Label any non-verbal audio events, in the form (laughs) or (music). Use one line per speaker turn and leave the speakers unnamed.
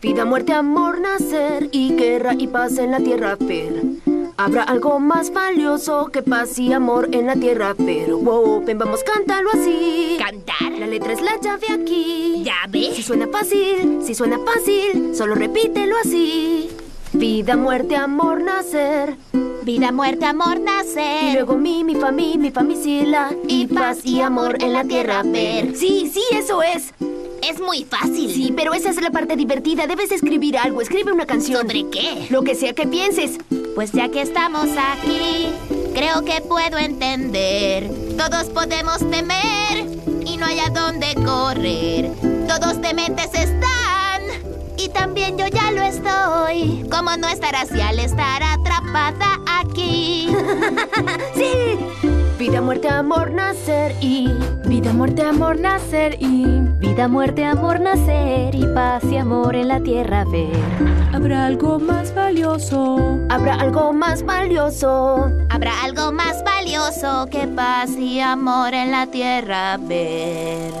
Vida, muerte, amor, nacer y guerra y paz en la tierra, pero habrá algo más valioso que paz y amor en la tierra, pero wow, ven, vamos, cántalo así. La
¿Cantar?
letra es la llave aquí.
¿Ya ves?
Si suena fácil, si suena fácil, solo repítelo así. Vida, muerte, amor, nacer.
Vida, muerte, amor, nacer.
Y luego mi, mi fami, mi famicila. Y paz y amor en la tierra ver. Sí, sí, eso es.
Es muy fácil.
Sí, pero esa es la parte divertida. Debes escribir algo. Escribe una canción.
¿Sobre qué?
Lo que sea que pienses.
Pues ya que estamos aquí, creo que puedo entender. Todos podemos temer y no hay a dónde correr. Todos dementes están y también yo ya lo estoy. ¿Cómo no estar así al estar atrapada aquí?
Sí. Vida, muerte, amor, nacer y.
Vida, muerte, amor, nacer y
(laughs) Vida, muerte, amor, nacer y paz y amor en la tierra ver.
habrá algo más valioso.
Habrá algo más valioso.
Habrá algo más valioso que paz y amor en la tierra ver.